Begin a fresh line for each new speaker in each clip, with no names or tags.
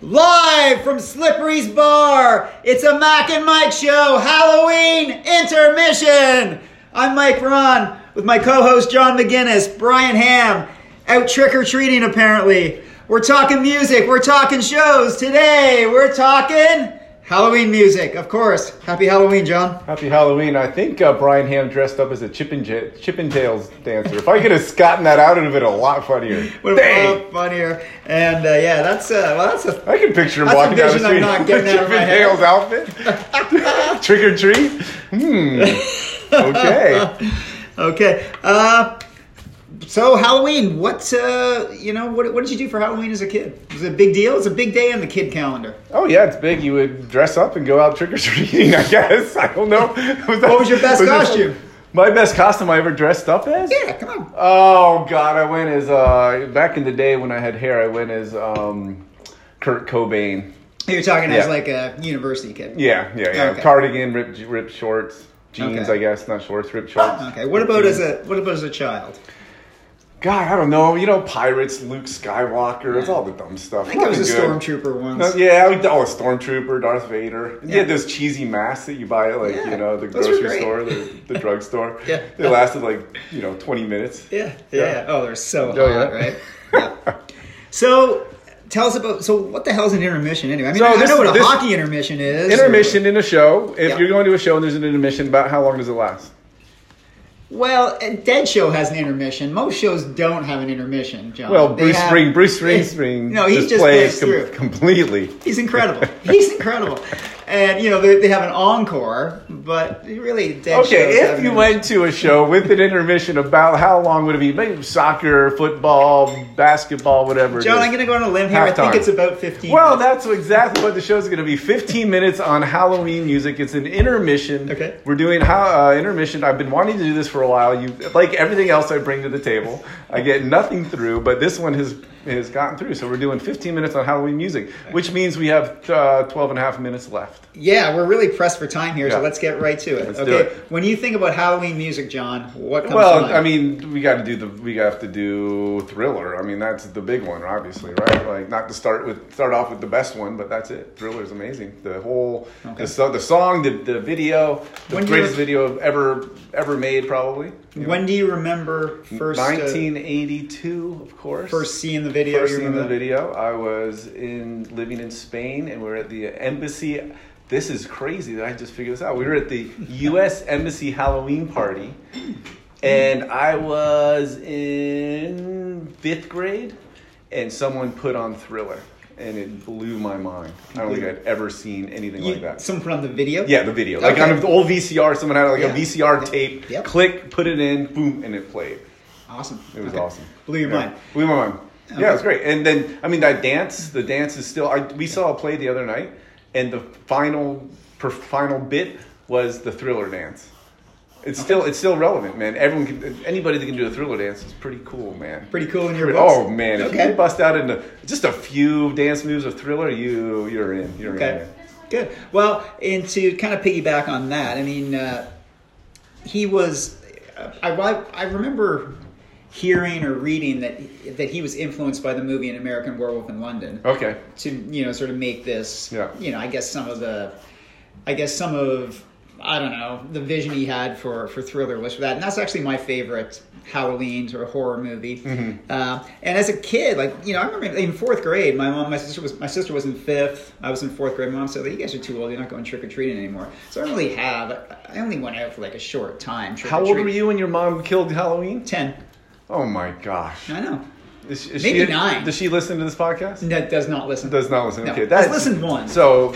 Live from Slippery's Bar, it's a Mac and Mike Show Halloween intermission. I'm Mike Ron with my co host John McGinnis, Brian Ham, out trick or treating apparently. We're talking music, we're talking shows. Today, we're talking Halloween music, of course. Happy Halloween, John.
Happy Halloween. I think uh, Brian Ham dressed up as a Chippendale, Chippendales dancer. If I could have gotten that out, it would have been a lot funnier.
Would have been a
Dang!
lot funnier. And uh, yeah, that's, uh, well, that's a
I can picture him
That's a
walking down the
vision I'm
street
not
in
getting out of my head.
Chippendales outfit. Trick or treat? Hmm. Okay.
Okay. Uh, so Halloween, what uh, you know, what, what did you do for Halloween as a kid? Was it a big deal? It's a big day on the kid calendar.
Oh, yeah, it's big. You would dress up and go out trick or treating, I guess. I don't know. Was that-
What was your best
it-
costume?
My best costume I ever dressed up as?
Yeah, come on.
Oh God, I went as uh back in the day when I had hair, I went as um Kurt Cobain.
You're talking as
Yeah.
like a university kid.
Yeah, yeah, yeah.
Okay.
Cardigan, ripped ripped shorts, jeans,
Okay. Oh,
I guess, not shorts, ripped shorts.
Okay. What about as a what about as a child?
God, I don't know. You know, pirates, Luke Skywalker, it's all the dumb stuff.
I think I was a
Nothing good.
stormtrooper once.
No, yeah, I would- oh, a stormtrooper, Darth Vader. Yeah,
Yeah.
those cheesy masks that you buy at like
Yeah,
you know the
those were
grocery
great.
store, the, the drugstore.
Yeah.
they lasted like you know twenty minutes.
Yeah, yeah,
Yeah.
yeah. Oh, they're so hot,
Oh, yeah.
right? Yeah. so tell us about so what the hell's an intermission anyway? I mean,
So
I, I
this-
know what a
this-
hockey intermission is.
intermission in a show. If
Yeah.
you're going to a show and there's an intermission, about how long does it last?
Well, a Dead Show has an intermission. Most shows don't have an intermission, John.
Well,
They
Bruce
have-
Spring, Bruce
they-
Springsteen.
No, he just, plays
com-
through.
completely.
He's incredible. He's incredible. And you know they, they have an encore, but really, Dead
Okay,
shows have
if
an
you
intermission.
went to a show with an intermission, about how long would it be? Maybe soccer, football, basketball, whatever. it
John,
is.
I'm going to go on a limb here. I think
Halftime.
it's about 15.
Well,
minutes.
that's exactly what the show's going to be. 15 minutes on Halloween music. It's an intermission.
Okay.
We're doing how, uh, intermission. I've been wanting to do this for a while. You like everything else I bring to the table. I get nothing through, but this one has has gotten through. So we're doing 15 minutes on Halloween music, which means we have uh, 12 and a half minutes left.
yeah, we're really pressed for time here,
Yeah.
so let's get right to it.
Let's do
okay,
it.
when you think about Halloween music, John, what comes to
Well,
mind?
I mean, we got to do the we have to do Thriller. I mean, that's the big one, obviously, right? Like not to start with start off with the best one, but that's it. Thriller is amazing. The whole
Okay.
the, so, the song, the, the video, the
When do you-
greatest video ever ever made, probably.
when do you remember first uh,
1982, of course.
first seeing the video?
First
you
scene of the
remember?
video, I was in living in Spain, and we are at the embassy. This is crazy that I just figured this out. We were at the U.S. embassy Halloween party, and I was in fifth grade, and someone put on Thriller, and it blew my mind. I don't think I'd ever seen anything
You-
like that.
Someone put on the video.
Yeah, the video. Like
Okay.
on an old VCR, someone had like
Yeah.
a VCR tape.
Yep.
Click, put it in, boom, and it played.
awesome.
It was
Okay.
awesome.
Blew your
Yeah.
mind.
Blew my mind. Yeah,
Okay.
it was great. And then, I mean, that dance, the dance is still. I, we saw a play the other night, and the final per, final bit was the thriller dance. It's still it's still relevant, man. Everyone, can, anybody that can do a thriller dance is pretty cool, man.
Pretty cool in your
Pretty-
books.
Oh man, if you
Okay.
can bust out into just a few dance moves of thriller, you you're in. You're in.
Okay.
man.
Good. Well, and to kind of piggyback on that, I mean, uh, he was. uh, I, I I remember hearing or reading that that he was influenced by the movie An American Werewolf in London
Okay.
to you know sort of make this.
Yeah.
You know, I guess some of the, I guess some of I don't know the vision he had for for thriller was for that, and that's actually my favorite Halloween or horror movie.
Mm-hmm.
Uh, and as a kid, like you know, I remember in fourth grade, my mom, my sister was my sister was in fifth, I was in fourth grade. My mom said, "You guys are too old. You're not going trick or treating anymore." So I don't really have. I only went out for like a short time.
How old were
trick-or-treating.
you when your mom killed Halloween?
Ten.
Oh my gosh.
I know.
Is, is
Maybe
she,
nine.
Does she listen to this podcast?
That does not listen.
Does not listen.
No,
Okay,
has listened once.
So,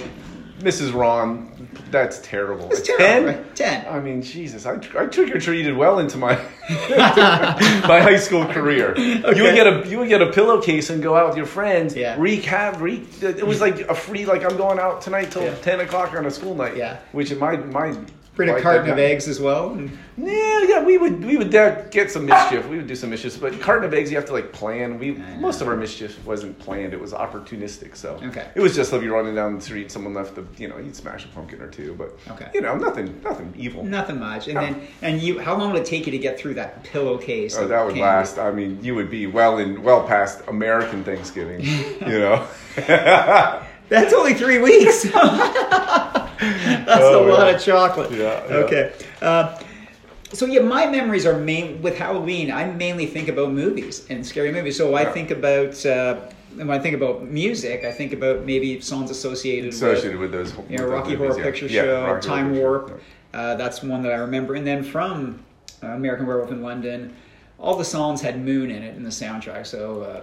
Mrs. Ron, that's terrible.
It's
At
terrible, right? Ten.
I mean, Jesus, I, I trick or treated well into my my high school career. You would get a you would get a pillowcase and go out with your friends.
Yeah.
Wreak havoc. Wreak, it was like a free like I'm going out tonight till
Yeah.
ten o'clock on a school night.
Yeah.
Which in my my
Bring a
Like
carton
that
of
guy.
eggs as well. And,
Yeah, yeah, we would we would de- get some mischief. We would do some mischief, but carton of eggs you have to like plan. We most of our mischief wasn't planned; it was opportunistic. So
Okay.
it was just like you're running down the street, someone left the you know you'd smash a pumpkin or two, but
Okay.
you know nothing nothing evil.
Nothing much.
Oh.
And then, and you, how long would it take you to get through that pillowcase?
Oh,
of
that would
candy?
last. I mean, you would be well in well past American Thanksgiving. you know.
That's only three weeks. That's
Oh,
a lot
yeah.
of chocolate.
Yeah, yeah.
Okay. Uh, so yeah, my memories are main with Halloween. I mainly think about movies and scary movies. So I
Yeah.
think about uh, when I think about music, I think about maybe songs associated,
associated
with,
with those.
you
with
know
those
Rocky
movies,
Horror
yeah.
Picture
Yeah,
Show,
Rocky Horror
Time
Picture Show,
Warp.
yeah.
Uh, that's one that I remember. And then from uh, American Werewolf in London, all the songs had Moon in it in the soundtrack. So. Uh,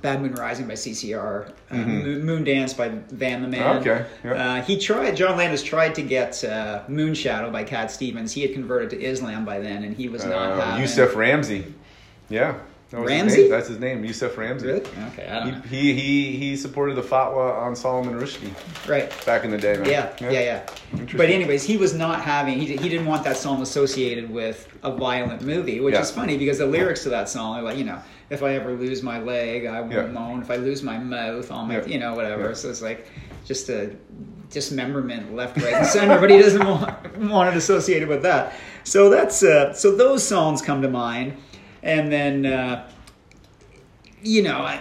Bad Moon Rising by CCR, uh, Mo- Moon Dance by Van the Man.
Mm-hmm. Okay, yeah.
Uh, he tried. John Landis tried to get uh, Moon Shadow by Cat Stevens. He had converted to Islam by then, and he was not
Uh,
having.
Yusef Ramsey. Yeah. That was his
Ramsey?
name. That's his name, Yusef Ramsey.
Really? Okay, I don't know.
He, he, he, he supported the fatwa on Solomon Rushdie
Right.
back in the day, man.
Yeah, yeah, yeah.
Interesting.
But anyways, he was not having. He, he didn't want that song associated with a violent movie, which
Yeah.
is funny because the lyrics to that song are like, you know, if I ever lose my leg, I won't
Yeah.
moan. If I lose my mouth, I'll my,
Yeah.
you know, whatever.
Yeah.
So it's like just a dismemberment left, right, and center. but he doesn't want, want it associated with that. So that's uh, so those songs come to mind, and then uh, you know. I,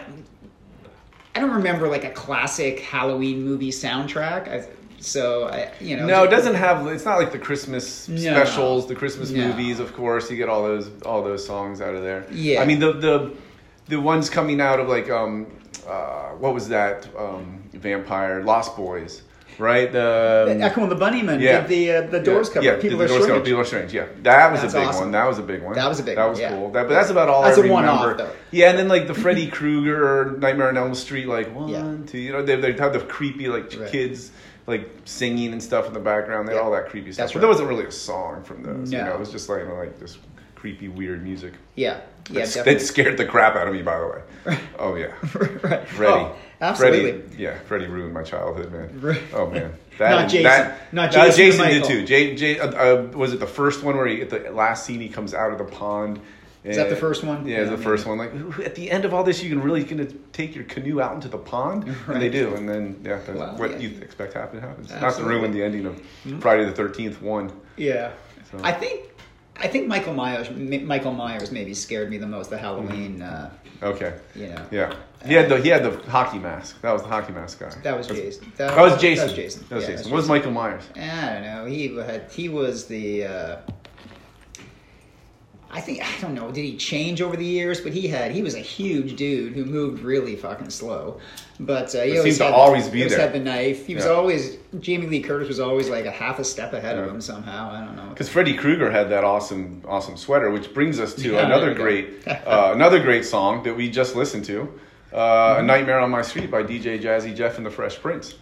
I don't remember like a classic Halloween movie soundtrack. I, so I, you know,
No, it doesn't have. It's not like the Christmas
No.
specials, the Christmas
No.
movies. Of course, you get all those all those songs out of there.
Yeah.
I mean the the the ones coming out of like um uh what was that um vampire Lost Boys, right? The
Echo and the Bunnymen
Yeah.
did the uh, the doors
yeah,
cover.
Yeah,
People
the,
are
doors cover.
strange.
People are strange. Yeah, that was
That's
a big
awesome.
one. That was a big one.
That was a big
That
one,
was
yeah.
cool. That, but that's about all
That's
I
a
remember.
one-off, though.
Yeah, and then like the Freddy Krueger or Nightmare on Elm Street, like one,
Yeah.
two. You know, they they had the creepy like
Right.
kids like singing and stuff in the background. They had
Yeah.
all that creepy stuff.
That's
but
right.
there wasn't really a song from those. You
No.
know, it was just like you know, like this creepy weird music.
Yeah, yeah,
That's- that,
definitely.
scared the crap out of me, by the way. Oh yeah,
right.
Freddy.
Oh, absolutely.
Freddy, yeah, Freddy ruined my childhood, man.
Right.
Oh man,
Not
and-
Jason. Not
uh,
Jason,
Jason did
Michael.
too. J, J, uh, uh, was it the first one where he, at the last scene he comes out of the pond? Is
that the first one?
Yeah, it's
Yeah,
the first one. Like who- at the end of all this, you can really gonna take your canoe out into the pond, and they
Right.
do, and then yeah, that's
Wow,
what
yeah.
you expect happen happens. Not
Absolutely. Mm-hmm.
to ruin the ending of Friday the Thirteenth one.
Yeah,
So-
I think I think Michael Myers M- Michael Myers maybe scared me the most. The Halloween, uh,
Okay.
you know,
Yeah. He had the he had the hockey mask. That was the hockey mask guy.
that was Jason.
That was Jason.
That was Jason.
That was
Yeah,
Jason. What was Michael Myers?
I don't know. He had, he was the. Uh, I think I don't know. Did he change over the years? But he had he was a huge dude who moved really fucking slow. But uh, he
But
always
seemed to
had
always
the,
be
he always
there.
had the knife. He was
Yeah.
always Jamie Lee Curtis was always like a half a step ahead of
Yeah.
him somehow. I don't know.
Because Freddy Krueger had that awesome, awesome sweater, which brings us to
Yeah,
another
there we
great, uh, another great song that we just listened to, uh, "A Nightmare on My Street" by DJ Jazzy Jeff and the Fresh Prince.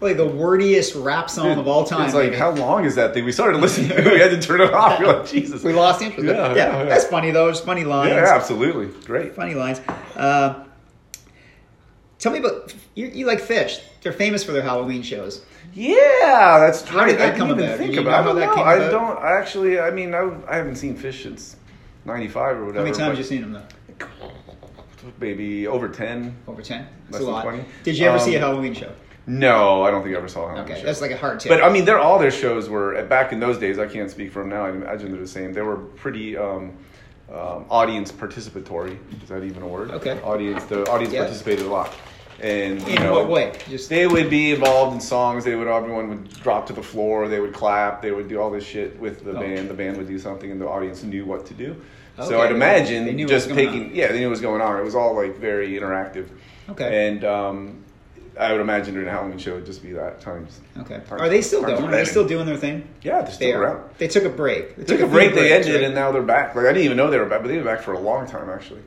Like the wordiest rap song of all time.
It's like,
maybe.
how long is that thing? We started listening, to it, we had to turn it off. We're like, Jesus,
we lost interest.
Yeah,
Yeah,
yeah, yeah.
that's funny though. It's funny lines.
Yeah, absolutely, great.
Funny lines. Uh, tell me about you, you like fish. They're famous for their Halloween shows.
Yeah, that's right.
How did that
I
come
didn't even
about?
think
Do you
about.
know
it. I
how that
don't know.
came
I
about?
don't. I actually. I mean, I, I haven't seen Fish since '95 or whatever.
How many times
but
have you seen them though?
Maybe over ten.
Over ten.
Less
That's a
than
lot.
20?
Did you ever see a
Um,
Halloween show?
No, I don't think I ever saw. Halloween
Okay,
Show.
that's like a hard tip.
But I mean, they're all their shows were back in those days. I can't speak for them now. I imagine they're the same. They were pretty um, um, audience participatory. Is that even a word?
Okay.
Audience. The audience
Yeah.
participated a lot. And you
in
know,
what way? Just
They would be involved in songs. They would everyone would drop to the floor. They would clap. They would do all this shit with the
Oh.
band. The band would do something, and the audience knew what to do. So
Okay.
I'd imagine
They knew what
just
was going
taking
on.
yeah, they knew what was going on. It was all like very interactive.
Okay.
And um, I would imagine during a Halloween show it'd just be that times.
okay.
times-
Are they still
times
going? Are they
11.
still doing their thing?
Yeah, they're still
They are.
around.
They took a break. They
They took a break,
few
they
breaks,
ended,
right?
and now they're back. Like I didn't even know they were back, but they've been back for a long time actually.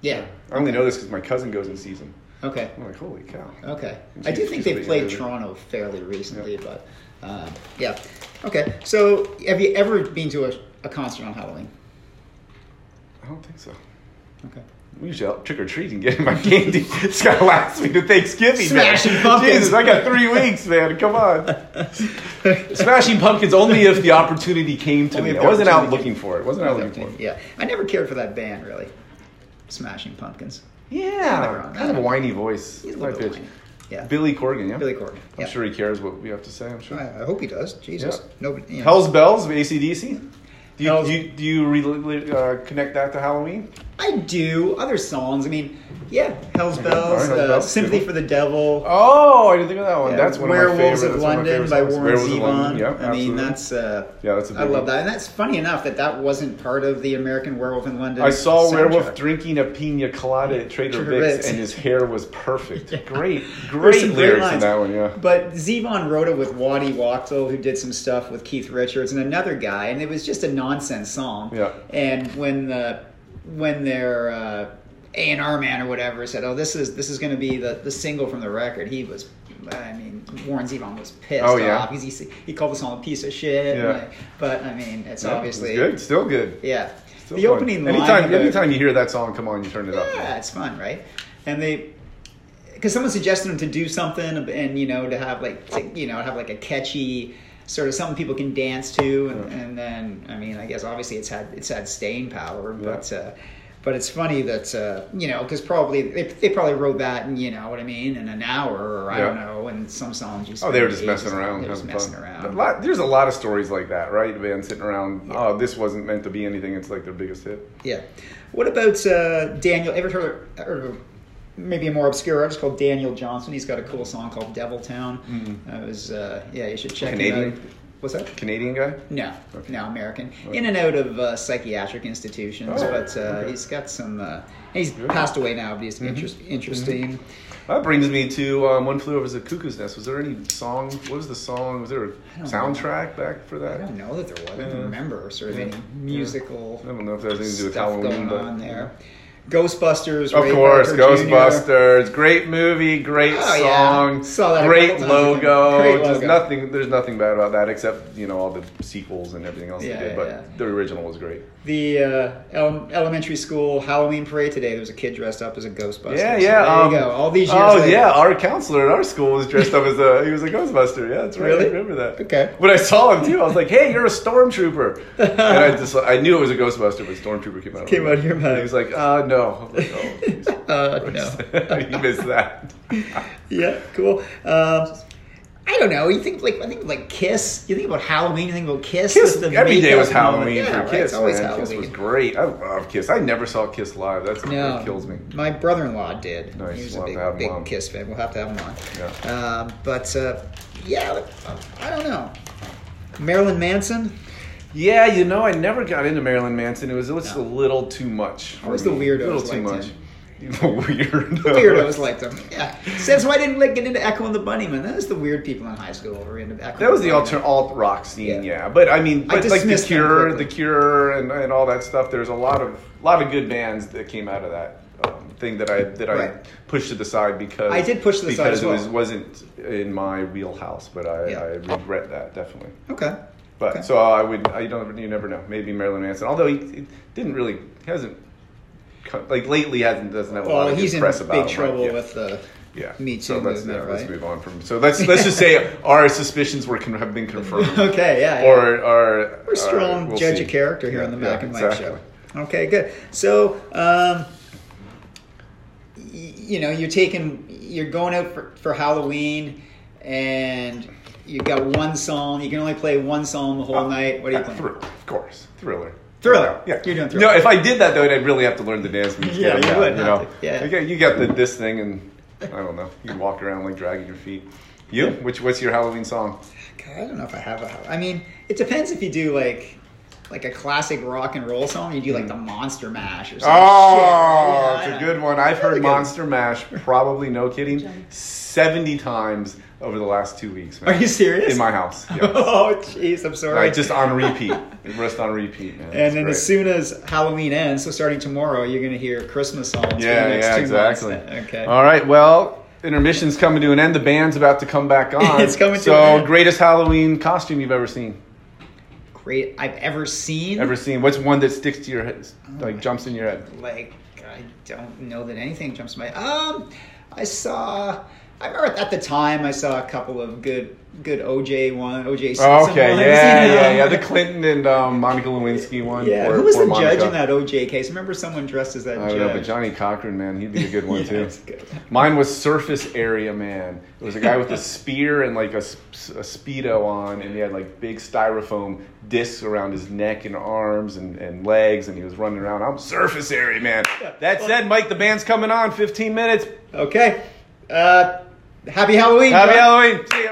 yeah.
I only know this because my cousin goes in season.
Okay.
I'm like, holy cow!
Okay.
It's
I do
huge
think
because
they
they
played
added it.
Toronto fairly recently, but uh, yeah. Okay. So, have you ever been to a, a concert on Halloween?
I don't think so.
Okay.
I'm usually out trick or treating, getting my candy. It's gonna last me to Thanksgiving. man.
Smashing pumpkins.
Jesus, I got three weeks, man. Come on. Smashing pumpkins only if the opportunity came to
Only
me.
if
I
the
wasn't out
opportunity
looking for it. Wasn't out looking for it.
Yeah, I never cared for that band really. Smashing Pumpkins. never
Yeah,
on
kind of a
that.
whiny voice.
He's a
That's my
little bit
pitch.
whiny. Yeah,
Billy Corgan, yeah.
Billy Corgan.
I'm
Yeah.
sure he cares what we have to say. I'm sure.
I I hope he does. Jesus,
Yeah.
nobody. You know.
Hell's Bells, ACDC. Do you,
Hell's-
do you, do you re- uh, connect that to Halloween?
I do other songs. I mean, yeah, Hell's Bells,
Alright, Hell's
uh,
Bells,
Sympathy
good
for the Devil.
Oh, I didn't think of that one.
uh,
that's one of my
Werewolves
favorites.
of
That's one of
London
my favorite
by
songs.
Warren
Werewolves of London.
Zevon.
Yeah,
I mean,
absolutely.
that's uh,
Yeah, that's a
I
big
love
one.
that, and that's funny enough that that wasn't part of the American Werewolf in London.
I saw a werewolf
soundtrack.
drinking a pina colada at Trader
Trader
Vic's,
Vic's.
and his hair was perfect. Great,
There's
great
some
lyrics in
lines.
that one. Yeah,
But Zevon wrote it with Waddy Wachtel, who did some stuff with Keith Richards and another guy, and it was just a nonsense song.
Yeah.
And when the when their uh, A and R man or whatever said, "Oh, this is this is going to be the, the single from the record," he was, I mean, Warren Zevon was pissed
Oh, yeah.
off because he s- he called the song a piece of shit.
Yeah.
like- but I mean, it's
Yeah,
obviously
it's good, still good.
Yeah.
Still
the
fun.
opening line.
Anytime,
of it-
anytime you hear that song, come on, you turn it up.
yeah, it's fun, right? And they, because someone suggested them to do something, and you know, to have like, to, you know, have like a catchy sort of something people can dance to, and,
Yeah.
and then I mean, I guess obviously it's had it's had staying power,
Yeah.
but uh, but it's funny that uh, you know, because probably they, they probably wrote that, in, you know what I mean, in an hour or I don't
Yeah.
know, and some songs you.
Oh, they were
spend
just
ages
messing
on,
around,
They were just
having
messing
fun.
around.
A lot- there's a lot of stories like that, right? Van sitting around.
Yeah.
Oh, this wasn't meant to be anything. It's like their biggest hit.
Yeah. What about uh, Daniel? Ever heard of, heard of maybe a more obscure artist called Daniel Johnson? He's got a cool song called Devil Town. That was uh, yeah, you should check
Mm-hmm. Canadian?
it out. What's that?
Canadian guy.
No,
Okay.
no, American.
Okay.
In and out of uh, psychiatric institutions,
Oh,
but uh,
okay. Mm-hmm.
he's got some. Uh, he's
Good.
passed away now, but he's interest, interesting.
That brings me to um, "One Flew Over the Cuckoo's Nest." Was there any song? What was the song? Was there a
I don't
soundtrack back for
I
that?
don't know that there was. I
Yeah.
don't remember sort of
Yeah.
any
Yeah.
musical
I don't know if there was anything to do with
stuff going
Halloween, but
on there. Ghostbusters,
Of
Ray
course,
Parker Jr.
Ghostbusters. Great movie, great
Oh, yeah.
song,
Saw that a
great
couple times.
logo.
Great
Just
logo.
nothing. There's nothing bad about that except you know all the sequels and everything else
Yeah,
they did.
yeah,
but
yeah.
the original was great.
the uh, ele- elementary school Halloween parade today. There was a kid dressed up as a Ghostbuster.
Yeah,
So
yeah.
there
um,
you go. All these years.
Oh
later.
yeah, our counselor at our school was dressed up as a he was a Ghostbuster. Yeah, that's right.
Really?
I remember that.
Okay.
When I saw him too, I was like, "Hey, you're a stormtrooper," and I just I knew it was a Ghostbuster, but stormtrooper came out.
Came out of your mouth.
And He was like, "Uh, no." I was like, oh, geez.
Uh, no.
you missed that.
Yeah. Cool. Um, I don't know. You think like I think like Kiss. You think about Halloween. You think about Kiss.
Kiss.
the
Every day
makeup
was
moment.
Halloween
Yeah,
for
right,
Kiss.
It's always
man. Kiss
Halloween.
was great. I love Kiss. I never saw Kiss live. That's
no,
what kills me.
My brother-in-law did.
Nice,
He was
we'll have to
a
have him
big, big
on.
Kiss fan. We'll have to have him on.
Yeah.
Um, but uh, yeah, I don't know. Marilyn Manson.
Yeah, you know, I never got into Marilyn Manson. It was just
No.
a little too much.
Always
for
the
me.
weirdos
A little
liked
too much.
him.
Weirdos.
weirdos like them. Yeah. So that's why I didn't like get into Echo and the Bunnymen. That was the weird people in high school who were into Echo. and
That was the
Bunnymen.
alter alt rock scene,
Yeah.
yeah. But I mean,
I
but like the
dismissed them
Cure,
quickly.
the Cure, and, and all that stuff. There's a lot of lot of good bands that came out of that um, thing that I that
Right.
I pushed to the side because
I did push to the side
because
as well.
it was, wasn't in my wheelhouse. But I,
Yeah.
I regret that definitely.
Okay.
But
Okay.
so I would I don't you never know maybe Marilyn Manson. Although he, he didn't really he hasn't co- like lately hasn't doesn't have a lot
Well,
of
he's
good
in
press
big
about him, like,
trouble
yeah.
with the
Yeah.
Me
So
Too
let's,
movement,
yeah, let's
right?
move on from. So let's let's just say our suspicions were con- have been confirmed.
Okay, yeah. yeah.
Or or
We're strong
we'll
judge
see.
of character here
Yeah,
on the
yeah,
Mac and Mike
exactly.
show. Okay, good. So, um, y- you know, you're taking, you're going out for, for Halloween, and you got one song. You can only play one song the whole night. What are you
Uh,
playing?
Thriller, of course. Thriller.
Thriller.
Yeah.
You're doing
No,
Thriller.
if I did that though, I'd really have to learn the dance moves. to
Yeah,
get 'em
you
down,
would
You
have
know,
to. Yeah.
You got, you got the this thing, and I don't know. You walk around like dragging your feet. You, which what's your Halloween
Oh,
song?
God, I don't know if I have a house. I mean, it depends if you do like like a classic rock and roll song. You do like the Monster Mash or something.
Hmm. Oh, it's a good one. I've heard
Really good.
Monster Mash probably, no kidding, 70 times over the last two weeks. Man.
Are you serious?
In my house. Yeah.
oh, jeez, I'm sorry.
I just on repeat. Rest on repeat, man. It's
and then
great.
as soon as Halloween ends, so starting tomorrow, you're gonna hear Christmas songs. for the
Yeah,
next
yeah,
two months.
exactly.
Okay.
All right, well, intermission's coming to an end. The band's about to come back on.
It's coming to
so,
an end.
greatest Halloween costume you've ever seen?
Great. I've ever seen
Ever seen? What's one that sticks to your head,
my-
like jumps in your head?
like I don't know that anything jumps to my. Um, I saw. I remember at the time I saw a couple of good, good OJ one, OJ. Simpson
Oh, okay,
ones,
yeah,
you know?
yeah, yeah. The Clinton and um, Monica Lewinsky one.
Yeah,
poor-
who was
poor
the judge
Monica.
in that OJ case? Remember someone dressed as that
I
judge?
don't know, but Johnny Cochran, man, he'd be a good one
Yeah,
too.
that's good.
Mine was Surface Area Man. It was a guy with a spear and like a, s- a speedo on, and he had like big styrofoam discs around his neck and arms and, and legs, and he was running around. I'm Surface Area Man. That said, Mike, the band's coming on. 15 minutes.
Okay. Uh, happy Halloween.
Happy
John.
Halloween. See ya.